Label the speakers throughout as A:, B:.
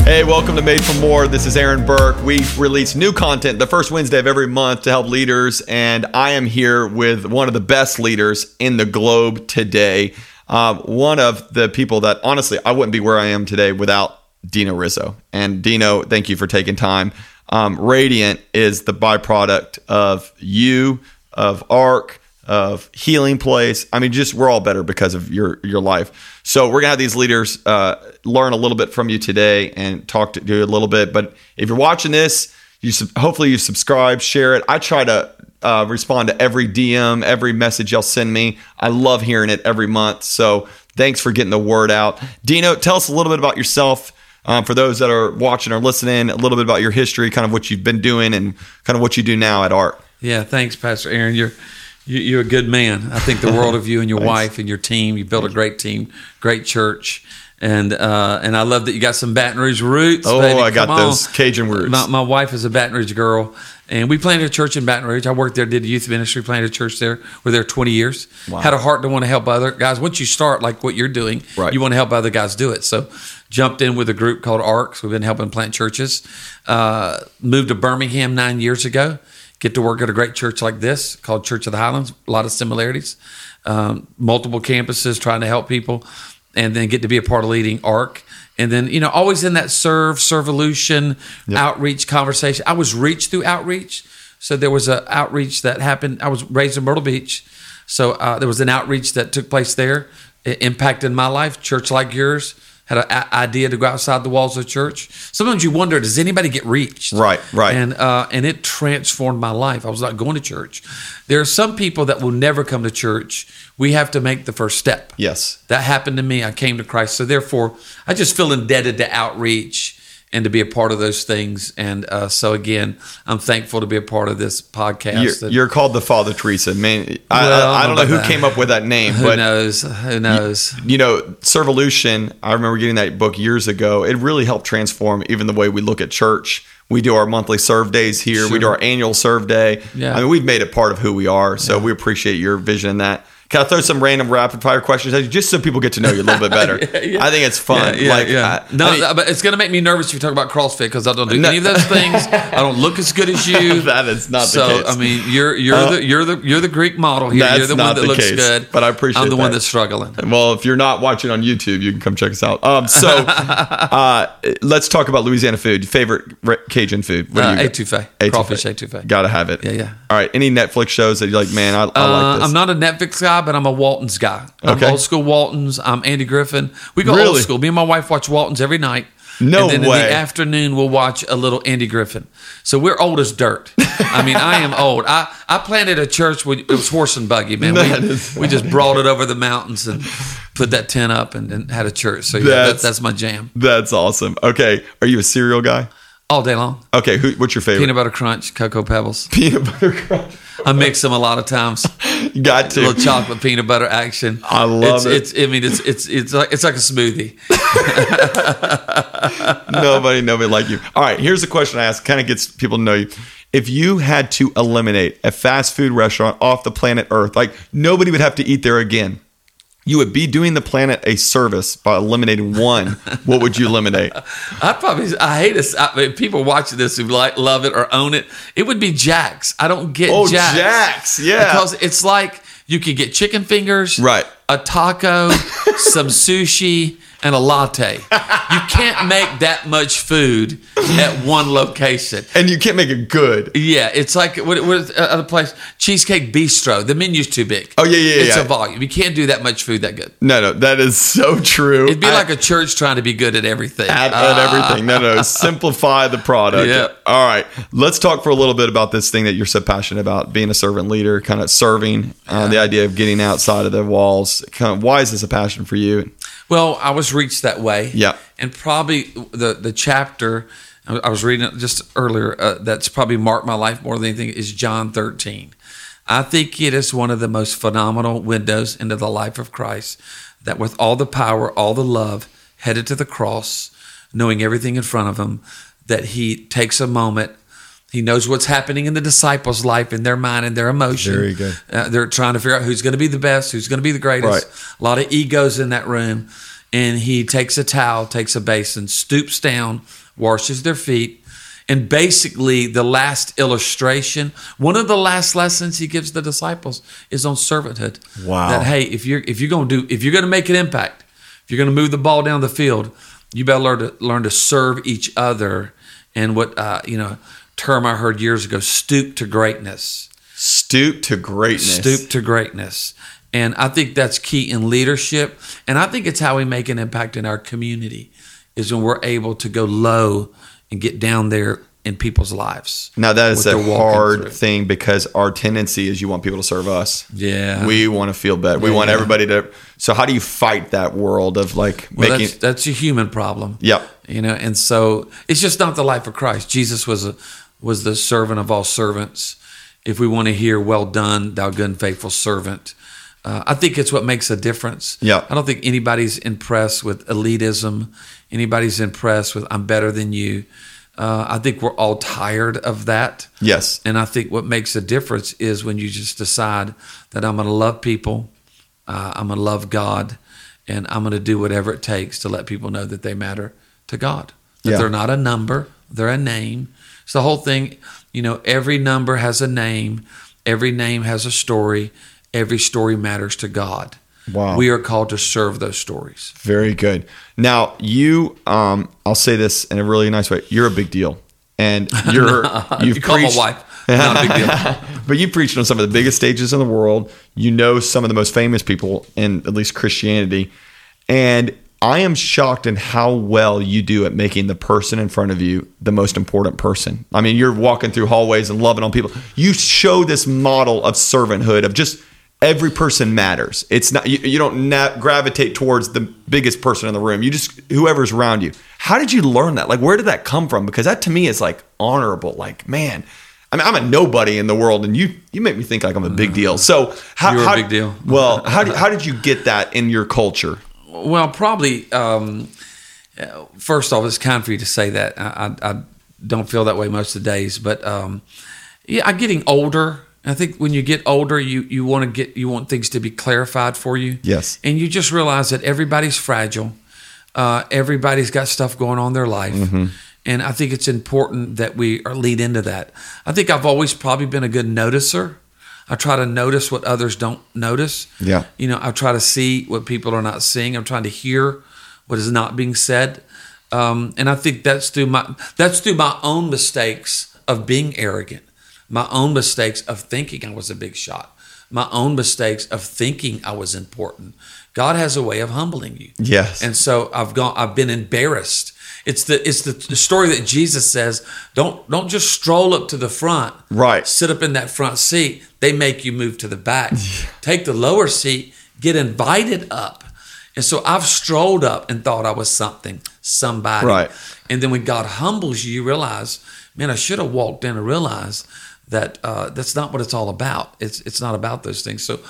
A: Hey, welcome to Made for More. This is Aaron Burke. We release new content the first Wednesday of every month to help leaders, and I am here with one of the best leaders in the globe today. Uh, one of the people that honestly, I wouldn't be where I am today without Dino Rizzo. And Dino, thank you for taking time. Um, Radiant is the byproduct of you, of Arc, of Healing Place. I mean, just we're all better because of your your life. So we're gonna have these leaders uh, learn a little bit from you today and talk to you a little bit. But if you're watching this, you sub- hopefully you subscribe, share it. I try to uh, respond to every DM, every message y'all send me. I love hearing it every month. So thanks for getting the word out. Dino, tell us a little bit about yourself. Um, for those that are watching or listening, a little bit about your history, kind of what you've been doing, and kind of what you do now at Art.
B: Yeah, thanks, Pastor Aaron. You're you, you're a good man. I think the world of you and your wife and your team. You built a great team, great church, and uh, and I love that you got some Baton Rouge roots.
A: Oh,
B: baby.
A: I got
B: Come on.
A: those Cajun roots.
B: My, my wife is a Baton Rouge girl, and we planted a church in Baton Rouge. I worked there, did youth ministry, planted a church there. We're there 20 years. Had a heart to want to help other guys. Once you start like what you're doing,
A: Right.
B: you want to help other guys do it. So, jumped in with a group called ARCs. We've been helping plant churches. Uh, moved to Birmingham nine years ago. Get to work at a great church like this called Church of the Highlands. A lot of similarities. Um, multiple campuses trying to help people, and then get to be a part of leading ARC. And then, you know, always in that serve, servolution, outreach conversation. I was reached through outreach. So there was a outreach that happened. I was raised in Myrtle Beach. So uh, there was an outreach that took place there. It impacted my life. Church like yours had an a- idea to go outside the walls of church. Sometimes you wonder, does anybody get reached?
A: Right, right.
B: And uh, and it transformed my life. I was not going to church. There are some people that will never come to church. We have to make the first step.
A: Yes.
B: That happened to me. I came to Christ. So therefore, I just feel indebted to outreach and to be a part of those things. And uh, so again, I'm thankful to be a part of this podcast.
A: You're,
B: And
A: you're called the Father Teresa. Man, I,
B: Well,
A: I, I don't know
B: about
A: who
B: that.
A: came up with that name,
B: who
A: but
B: knows? Who knows?
A: you know, Servolution, I remember getting that book years ago. It really helped transform even the way we look at church. We do our monthly serve days here. We do
B: Sure.
A: our annual serve day.
B: Yeah.
A: I mean, we've made it part of who we are. So we appreciate your vision in that. Can I throw some random rapid fire questions at you just so people get to know you a little bit better? I think it's fun.
B: Yeah, yeah,
A: like,
B: yeah.
A: I-
B: no,
A: I mean,
B: but it's going to make me nervous if you talk about CrossFit because I don't do
A: No.
B: any of those things. I don't look as good as you.
A: That is not the
B: so,
A: case. Uh,
B: I mean, you're you're the you're the you're the Greek model here.
A: That's
B: you're the
A: not
B: one that
A: the
B: looks
A: case,
B: good.
A: but I appreciate
B: I'm the one
A: that.
B: that's struggling.
A: Well, if you're not watching on YouTube, you can come check us out. Um, so uh, let's talk about Louisiana food. Favorite re- Cajun food? What do
B: Uh,
A: you got?
B: etouffee,
A: Etouffee.
B: crawfish etouffee.
A: Gotta have it.
B: Yeah, yeah.
A: All right. Any Netflix shows that you're like, man, I, I
B: Uh,
A: like this.
B: I'm not a Netflix guy, but I'm a Waltons guy. I'm
A: Okay.
B: old school Waltons. I'm Andy Griffin. We go old
A: Really?
B: school. Me and my wife watch Waltons every night.
A: No
B: and then in
A: way.
B: the afternoon we'll watch a little Andy Griffin. So we're old as dirt. I mean, I am old. I, I planted a church when it was horse and buggy, man.
A: That
B: We,
A: is-
B: we just brought it over the mountains and put that tent up and, and had a church. So yeah,
A: That's-
B: that, that's my jam
A: That's awesome. Okay. Are you a cereal guy?
B: all day long.
A: Okay. Who, what's your favorite?
B: Peanut butter crunch, cocoa pebbles.
A: Peanut butter crunch.
B: I mix them a lot of times.
A: Got to.
B: little chocolate peanut butter action.
A: I love
B: it's,
A: it.
B: It's, I mean, it's it's it's like it's like a smoothie.
A: nobody, nobody like you. All right. Here's a question I ask. Kind of gets people to know you. If you had to eliminate a fast food restaurant off the planet Earth, like nobody would have to eat there again, you would be doing the planet a service by eliminating one. what would you eliminate?
B: I probably I hate this. I mean, people watching this who like love it or own it, it would be Jack's. I don't get
A: Oh,
B: Jack's.
A: Jack's, yeah.
B: because it's like you could get chicken fingers,
A: Right.
B: A taco, some sushi, and a latte. You can't make that much food at one location.
A: And you can't make it good.
B: Yeah, it's like what, what uh, other place? Cheesecake Bistro. The menu's too big.
A: Oh, yeah, yeah,
B: It's
A: yeah.
B: a volume. You can't do that much food that good.
A: No, no, that is so true.
B: It'd be
A: I-
B: like a church trying to be good at everything.
A: at,
B: Uh,
A: at everything. No, no, simplify the product.
B: Yeah.
A: All right. Let's talk for a little bit about this thing that you're so passionate about, being a servant leader, kind of serving, uh, the idea of getting outside of the walls. Kind of, why is this a passion for you?
B: well, I was reached that way.
A: Yeah.
B: And probably the the chapter I I was reading it just earlier uh, that's probably marked my life more than anything is John 13. I think it is one of the most phenomenal windows into the life of Christ that with all the power, all the love headed to the cross, knowing everything in front of him, that he takes a moment He knows what's happening in the disciples' life, in their mind, and their emotion.
A: Very good.
B: Uh, they're trying to figure out who's going to be the best, who's going to be the greatest.
A: Right.
B: A lot of egos in that room. and he takes a towel, takes a basin, stoops down, washes their feet. And basically, the last illustration, one of the last lessons he gives the disciples is on servanthood.
A: Wow.
B: That hey, if you're if you're gonna do if you're gonna make an impact, if you're gonna move the ball down the field, you better learn to learn to serve each other. And what uh, you know, term I heard years ago, stoop to greatness.
A: Stoop to greatness.
B: Stoop to greatness. And I think that's key in leadership. And I think it's how we make an impact in our community is when we're able to go low and get down there in people's lives.
A: Now that is
B: what
A: a
B: they're walking
A: hard
B: through.
A: thing because our tendency is you want people to serve us.
B: Yeah.
A: We want to feel better. We want everybody to. So how do you fight that world of like
B: well,
A: making?
B: that's, that's a human problem.
A: Yep.
B: You know, and so it's just not the life of Christ. Jesus was a was the servant of all servants. If we want to hear, "Well done, thou good and faithful servant," uh, I think it's what makes a difference.
A: Yeah.
B: I don't think anybody's impressed with elitism. Anybody's impressed with "I'm better than you." Uh, I think we're all tired of that.
A: Yes.
B: And I think what makes a difference is when you just decide that I'm going to love people, uh, I'm going to love God, and I'm going to do whatever it takes to let people know that they matter to God. That
A: Yeah.
B: they're not a number, they're a name. It's the whole thing. You know, every number has a name, every name has a story, every story matters to God.
A: Wow.
B: We are called to serve those stories.
A: Very good. Now you, um, I'll say this in a really nice way. You're a big deal, and you're you've
B: you call
A: preached,
B: my wife. Not a big deal.
A: but you preached on some of the biggest stages in the world. You know some of the most famous people in at least Christianity, and I am shocked in how well you do at making the person in front of you the most important person. I mean, you're walking through hallways and loving on people. You show this model of servanthood of just every person matters. It's not you, you don't na- gravitate towards the biggest person in the room. You just whoever's around you. How did you learn that? Like, where did that come from? Because that to me is like honorable. Like, man, I mean, I'm a nobody in the world, and you you make me think like I'm a big deal. So how
B: You're a
A: how-
B: big deal.
A: Well, how did, how did you get that in your culture?
B: Well, probably. Um, uh, first off, it's kind for you to say that. I, I, I don't feel that way most of the days, but um, yeah, I'm getting older. I think when you get older, you you want to get you want things to be clarified for you.
A: Yes.
B: and you just realize that everybody's fragile. Uh, everybody's got stuff going on in their life.
A: Mm-hmm.
B: And I think it's important that we are lead into that. I think I've always probably been a good noticer. I try to notice what others don't notice.
A: Yeah.
B: You know, I try to see what people are not seeing. I'm trying to hear what is not being said. Um, and I think that's through my that's through my own mistakes of being arrogant, my own mistakes of thinking I was a big shot, my own mistakes of thinking I was important. God has a way of humbling you.
A: Yes.
B: And so I've gone I've been embarrassed. It's the it's the, the story that Jesus says, don't don't just stroll up to the front.
A: Right.
B: Sit up in that front seat. They make you move to the back. Take the lower seat, get invited up. And so I've strolled up and thought I was something, somebody.
A: Right.
B: And then when God humbles you, you realize, man, I should have walked in and realized that uh, that's not what it's all about. It's it's not about those things. So,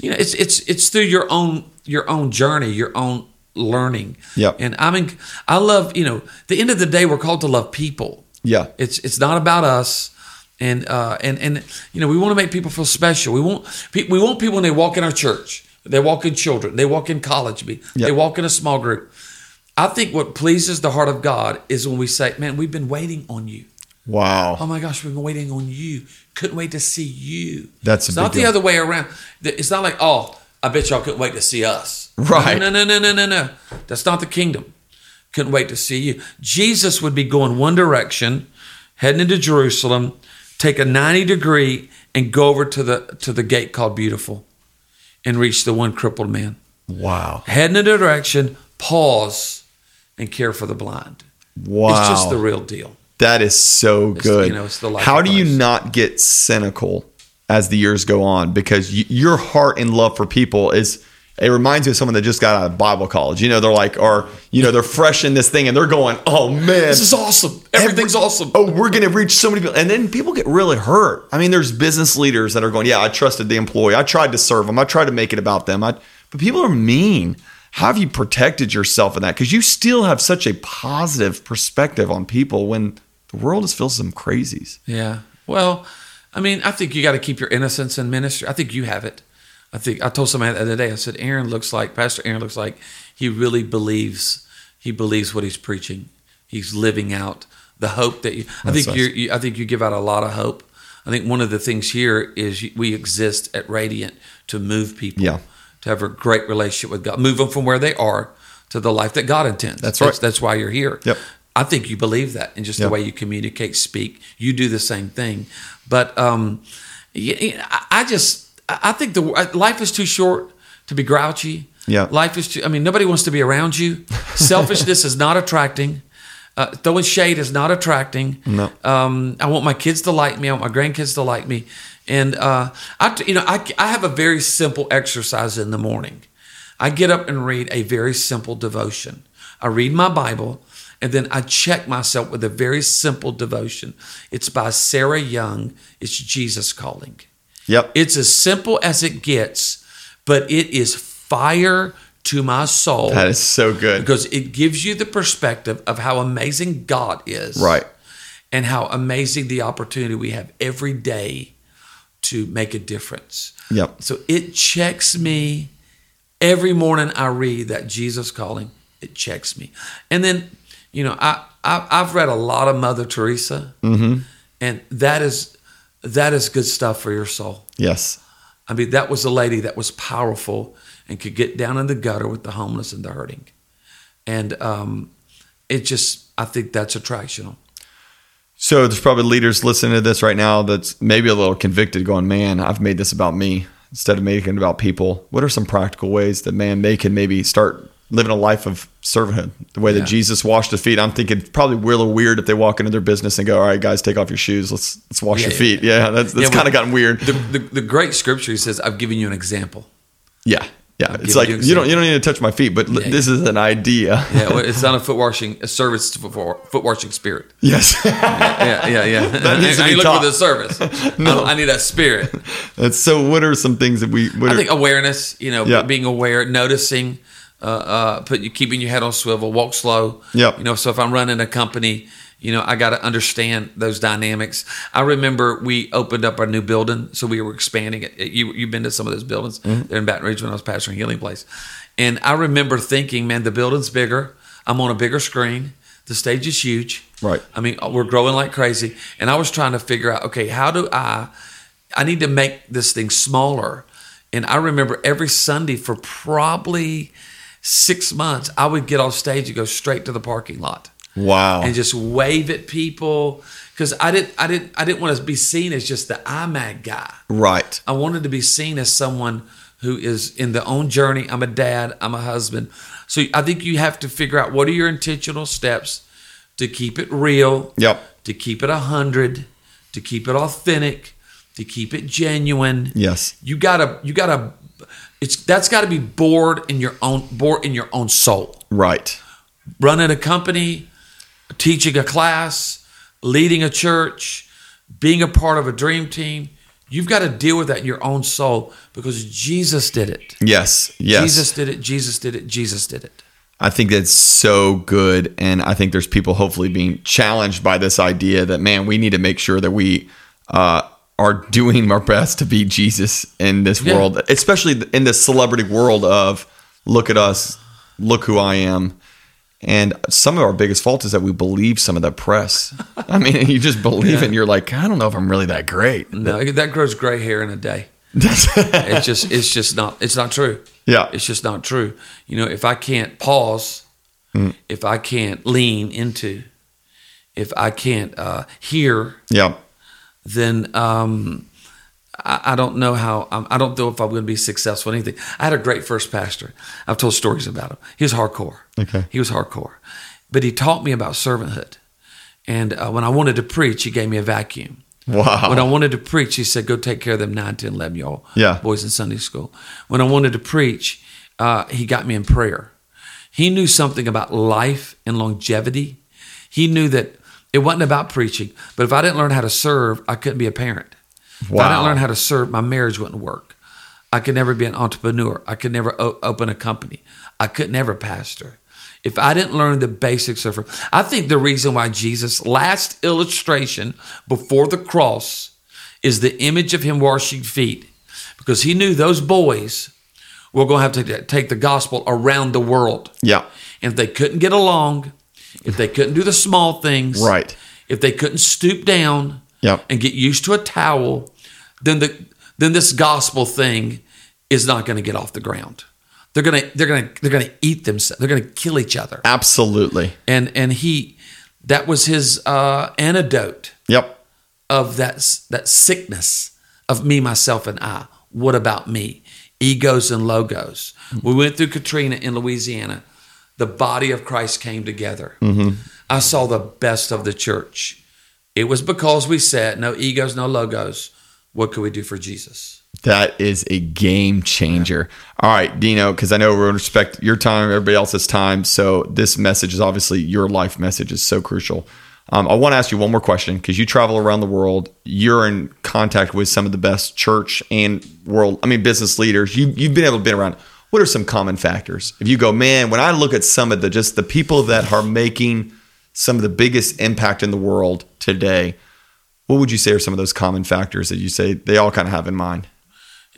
B: you know, it's it's it's through your own your own journey, your own learning.
A: Yep.
B: And I mean, I love you know. at The end of the day, we're called to love people.
A: Yeah.
B: It's it's not about us. And uh, and and you know, we want to make people feel special. We want pe- we want people when they walk in our church, they walk in children, they walk in college, be-
A: Yeah.
B: they walk in a small group. I think what pleases the heart of God is when we say, "Man, we've been waiting on you."
A: Wow.
B: Oh my gosh, we've been waiting on you. Couldn't wait to see you.
A: That's a
B: it's
A: big
B: not the
A: deal.
B: other way around. Th- It's not like, oh, I bet y'all couldn't wait to see us.
A: Right.
B: No, no, no, no, no, no. That's not the kingdom. Couldn't wait to see you. Jesus would be going one direction, heading into Jerusalem, take a 90 degree and go over to the to the gate called Beautiful and reach the one crippled man.
A: Wow.
B: Head in a direction, pause, and care for the blind.
A: Wow.
B: It's just the real deal.
A: That is so good.
B: you know, it's the life
A: How
B: of
A: do you
B: Christ.
A: not get cynical as the years go on? Because y- your heart and love for people is. It reminds me of someone that just got out of Bible college. You know, they're like, or you know, they're fresh in this thing, and they're going, "Oh man,
B: This is awesome. Everything's
A: Every-
B: awesome.
A: Oh, we're going to reach so many people. And then people get really hurt. I mean, there's business leaders that are going, yeah, I trusted the employee. I tried to serve them. I tried to make it about them. I, but people are mean. How have you protected yourself in that? Because you still have such a positive perspective on people when the world is filled with some crazies.
B: Yeah. Well, I mean, I think you got to keep your innocence in ministry. I think you have it. I think I told somebody the other day. I said, Aaron looks like Pastor Aaron looks like he really believes he believes what he's preaching. He's living out the hope that you. I
A: That's
B: think you're, you. I think you give out a lot of hope. I think one of the things here is you- we exist at Radiant to move people.
A: Yeah.
B: To have a great relationship with God, move them from where they are to the life that God intends.
A: That's right.
B: That's, that's why you're here.
A: Yep.
B: I think you believe that, and just
A: Yep.
B: the way you communicate, speak, you do the same thing. But um, y- y- I I just, I I think the uh, life is too short to be grouchy.
A: Yeah.
B: life is too. I mean, nobody wants to be around you. Selfishness is not attracting. Uh, throwing shade is not attracting.
A: No.
B: Um, I want my kids to like me. I want my grandkids to like me. And uh, I, you know, I, I have a very simple exercise in the morning. I get up and read a very simple devotion. I read my Bible, and then I check myself with a very simple devotion. It's by Sarah Young. It's Jesus Calling.
A: Yep.
B: It's as simple as it gets, but it is fire to my soul
A: That is so good.
B: because it gives you the perspective of how amazing God is.
A: Right.
B: And how amazing the opportunity we have every day to make a difference.
A: Yep.
B: So it checks me every morning I read that Jesus calling, it checks me. And then, you know, I, I I've read a lot of Mother Teresa.
A: Mm-hmm.
B: And that is that is good stuff for your soul.
A: Yes.
B: I mean, that was a lady that was powerful and could get down in the gutter with the homeless and the hurting. And um, it just, I think that's attractional.
A: So there's probably leaders listening to this right now that's maybe a little convicted, going, "Man, I've made this about me instead of making it about people." What are some practical ways that man they can maybe start living a life of servanthood, the way
B: Yeah.
A: that Jesus washed his feet? I'm thinking probably real weird if they walk into their business and go, "All right, guys, take off your shoes. Let's let's wash
B: Yeah,
A: your
B: yeah.
A: feet." Yeah, that's, that's kind
B: Yeah, well,
A: of gotten weird.
B: The, the, the great scripture he says, I've given you an example.
A: yeah, yeah.
B: give
A: It's like
B: you
A: you,
B: an
A: don't you don't need to touch my feet, but l-
B: Yeah,
A: this is an idea.
B: Yeah, well, it's not a foot washing, a service to foot, foot washing spirit.
A: yes.
B: Yeah, yeah, yeah.
A: That needs to
B: I
A: be
B: ain't looking
A: taught.
B: for the service. no, I, need that spirit.
A: And so, what are some things that we? What
B: I
A: are,
B: think awareness, you know,
A: Yeah.
B: being aware, noticing, uh, uh, put you keeping your head on swivel, walk slow.
A: Yep.
B: You know, so if I'm running a company, you know, I got to understand those dynamics. I remember we opened up our new building, so we were expanding it. It- You you've been to some of those buildings
A: Mm-hmm.
B: there in Baton Rouge when I was pastoring Healing Place, and I remember thinking, man, the building's bigger. I'm on a bigger screen. The stage is huge.
A: Right.
B: I mean, we're growing like crazy. And I was trying to figure out, okay, how do I, I need to make this thing smaller. And I remember every Sunday for probably six months, I would get off stage and go straight to the parking lot
A: wow.
B: and just wave at people. Cause I didn't, I didn't, I didn't want to be seen as just the IMAG guy.
A: right.
B: I wanted to be seen as someone who is in their own journey. I'm a dad, I'm a husband. So I think you have to figure out what are your intentional steps to keep it real,
A: Yep.
B: to keep it 100, to keep it authentic, to keep it genuine.
A: Yes.
B: You got to you got to it's that's got to be bored in your own bored in your own soul.
A: Right.
B: Running a company, teaching a class, leading a church, being a part of a dream team, you've got to deal with that in your own soul because Jesus did it.
A: Yes. Yes.
B: Jesus did it. Jesus did it. Jesus did it.
A: I think that's so good. And I think there's people hopefully being challenged by this idea that, man, we need to make sure that we uh, are doing our best to be Jesus in this
B: Yeah.
A: world, especially in this celebrity world of look at us, look who I am. And some of our biggest fault is that we believe some of the press. I mean, you just believe it and you're like, I don't know if I'm really that great.
B: No, that grows gray hair in a day. it's just it's just not it's not true.
A: Yeah.
B: It's just not true. You know, if I can't pause, if I can't lean into, if I can't uh, hear,
A: yeah.
B: then um, I, I don't know how I'm, I don't know if I'm going to be successful in anything. I had a great first pastor. I've told stories about him. He was hardcore.
A: Okay.
B: He was hardcore, but he taught me about servanthood. And uh, when I wanted to preach, he gave me a vacuum.
A: Wow.
B: When I wanted to preach, he said, "Go take care of them nine, ten, eleven year old
A: Yeah.
B: boys in Sunday school." When I wanted to preach, uh, he got me in prayer. He knew something about life and longevity. He knew that it wasn't about preaching, but if I didn't learn how to serve, I couldn't be a parent. If I
A: Wow.
B: didn't learn how to serve, my marriage wouldn't work. I could never be an entrepreneur. I could never o- open a company. I could never pastor. If I didn't learn the basics of, I think the reason why Jesus' last illustration before the cross is the image of him washing feet, because he knew those boys were going to have to take the gospel around the world.
A: Yeah.
B: And if they couldn't get along, if they couldn't do the small things,
A: Right.
B: If they couldn't stoop down
A: Yep.
B: and get used to a towel, then the then this gospel thing is not going to get off the ground. They're gonna they're gonna they're gonna eat themselves. They're gonna kill each other.
A: Absolutely.
B: And and he that was his uh, antidote
A: Yep.
B: of that that sickness of me, myself, and I. What about me? Egos and logos. We went through Katrina in Louisiana. The body of Christ came together. I saw the best of the church. It was because we said, no egos, no logos. What could we do for Jesus?
A: That is a game changer. All right, Dino, because I know we're going to respect your time, everybody else's time. So this message is obviously your life message is so crucial. Um, I want to ask you one more question because you travel around the world. You're in contact with some of the best church and world, I mean, business leaders. You, you've been able to be around. What are some common factors? If you go, man, when I look at some of the just the people that are making some of the biggest impact in the world today, what would you say are some of those common factors that you say they all kind of have in mind?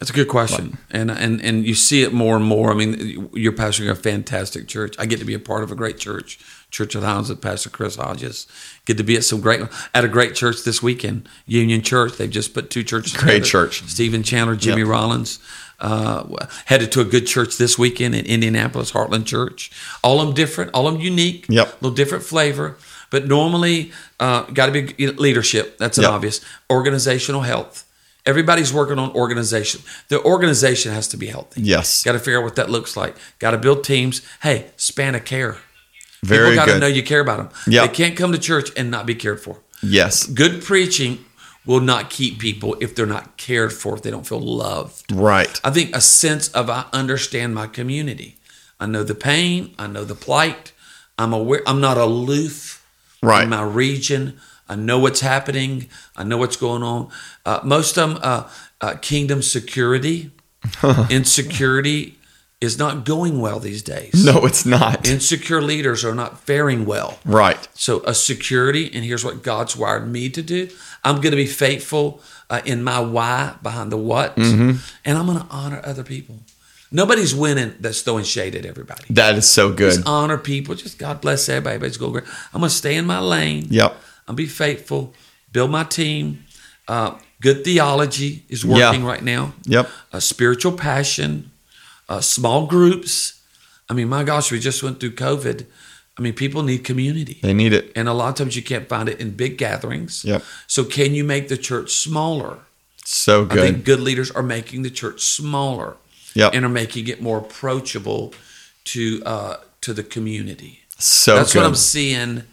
B: That's a good question, and and and you see it more and more. I mean, you're pastoring a fantastic church. I get to be a part of a great church, Church of the Highlands with Pastor Chris Hodges. Get to be at some great at a great church this weekend, Union Church. They've just put two churches.
A: Great church.
B: Stephen Chandler, Jimmy Rollins. Uh, headed to a good church this weekend in Indianapolis, Heartland Church. All of them different, all of them unique.
A: Yep.
B: A little different flavor, but normally uh, got to be you know, leadership. That's an
A: Yep.
B: obvious. Organizational health. Everybody's working on organization. The organization has to be healthy.
A: Yes.
B: Got to figure out what that looks like. Got to build teams. Hey, span of care.
A: Very
B: People got to
A: good.
B: know you care about them.
A: Yep.
B: They can't come to church and not be cared for.
A: yes.
B: Good preaching will not keep people if they're not cared for, if they don't feel loved.
A: Right.
B: I think a sense of I understand my community. I know the pain. I know the plight. I'm aware. I'm not aloof.
A: Right.
B: In my region, I know what's happening. I know what's going on. Uh, most of them, uh, uh, kingdom security, insecurity is not going well these days.
A: No, it's not.
B: Insecure leaders are not faring well.
A: right.
B: So a security, and here's what God's wired me to do. I'm going to be faithful uh, in my why behind the what, and I'm going to honor other people. Nobody's winning that's throwing shade at everybody.
A: That is so good.
B: Just honor people. Just God bless everybody. Everybody's going great. I'm going to stay in my lane.
A: Yep.
B: I'm be faithful. Build my team. Uh, good theology is working
A: Yeah.
B: right now
A: Yep.
B: a spiritual passion, uh, small groups. I mean, my gosh, we just went through COVID. I mean, people need community.
A: They need it.
B: And a lot of times you can't find it in big gatherings.
A: Yep.
B: So, can you make the church smaller?
A: So
B: I
A: good. Uh.
B: think good leaders are making the church smaller
A: Yep.
B: and are making it more approachable to uh, to the community.
A: so
B: That's
A: good.
B: what I'm seeing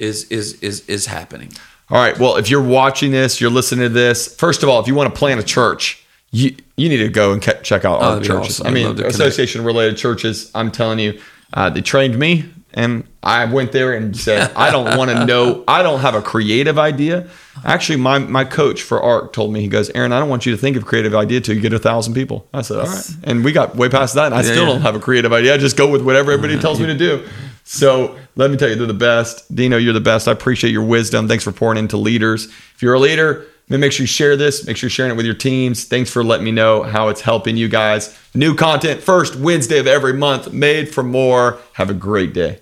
B: is is is is happening.
A: All right. Well, if you're watching this, you're listening to this. First of all, if you want to plant a church, you you need to go and ca- check out our
B: Oh, that'd be
A: churches.
B: awesome.
A: I
B: I'd
A: mean,
B: love to connect.
A: association related churches. I'm telling you, uh, they trained me, and I went there and said, I don't want to know. I don't have a creative idea. Actually, my my coach for art told me he goes, Aaron, I don't want you to think of creative idea till you get a thousand people. I said, all right, and we got way past that, and I still
B: yeah.
A: don't have a creative idea. I just go with whatever everybody tells me to do. So let me tell you, they're the best. Dino, you're the best. I appreciate your wisdom. Thanks for pouring into leaders. If you're a leader, man, make sure you share this. Make sure you're sharing it with your teams. Thanks for letting me know how it's helping you guys. New content first Wednesday of every month, made for more. Have a great day.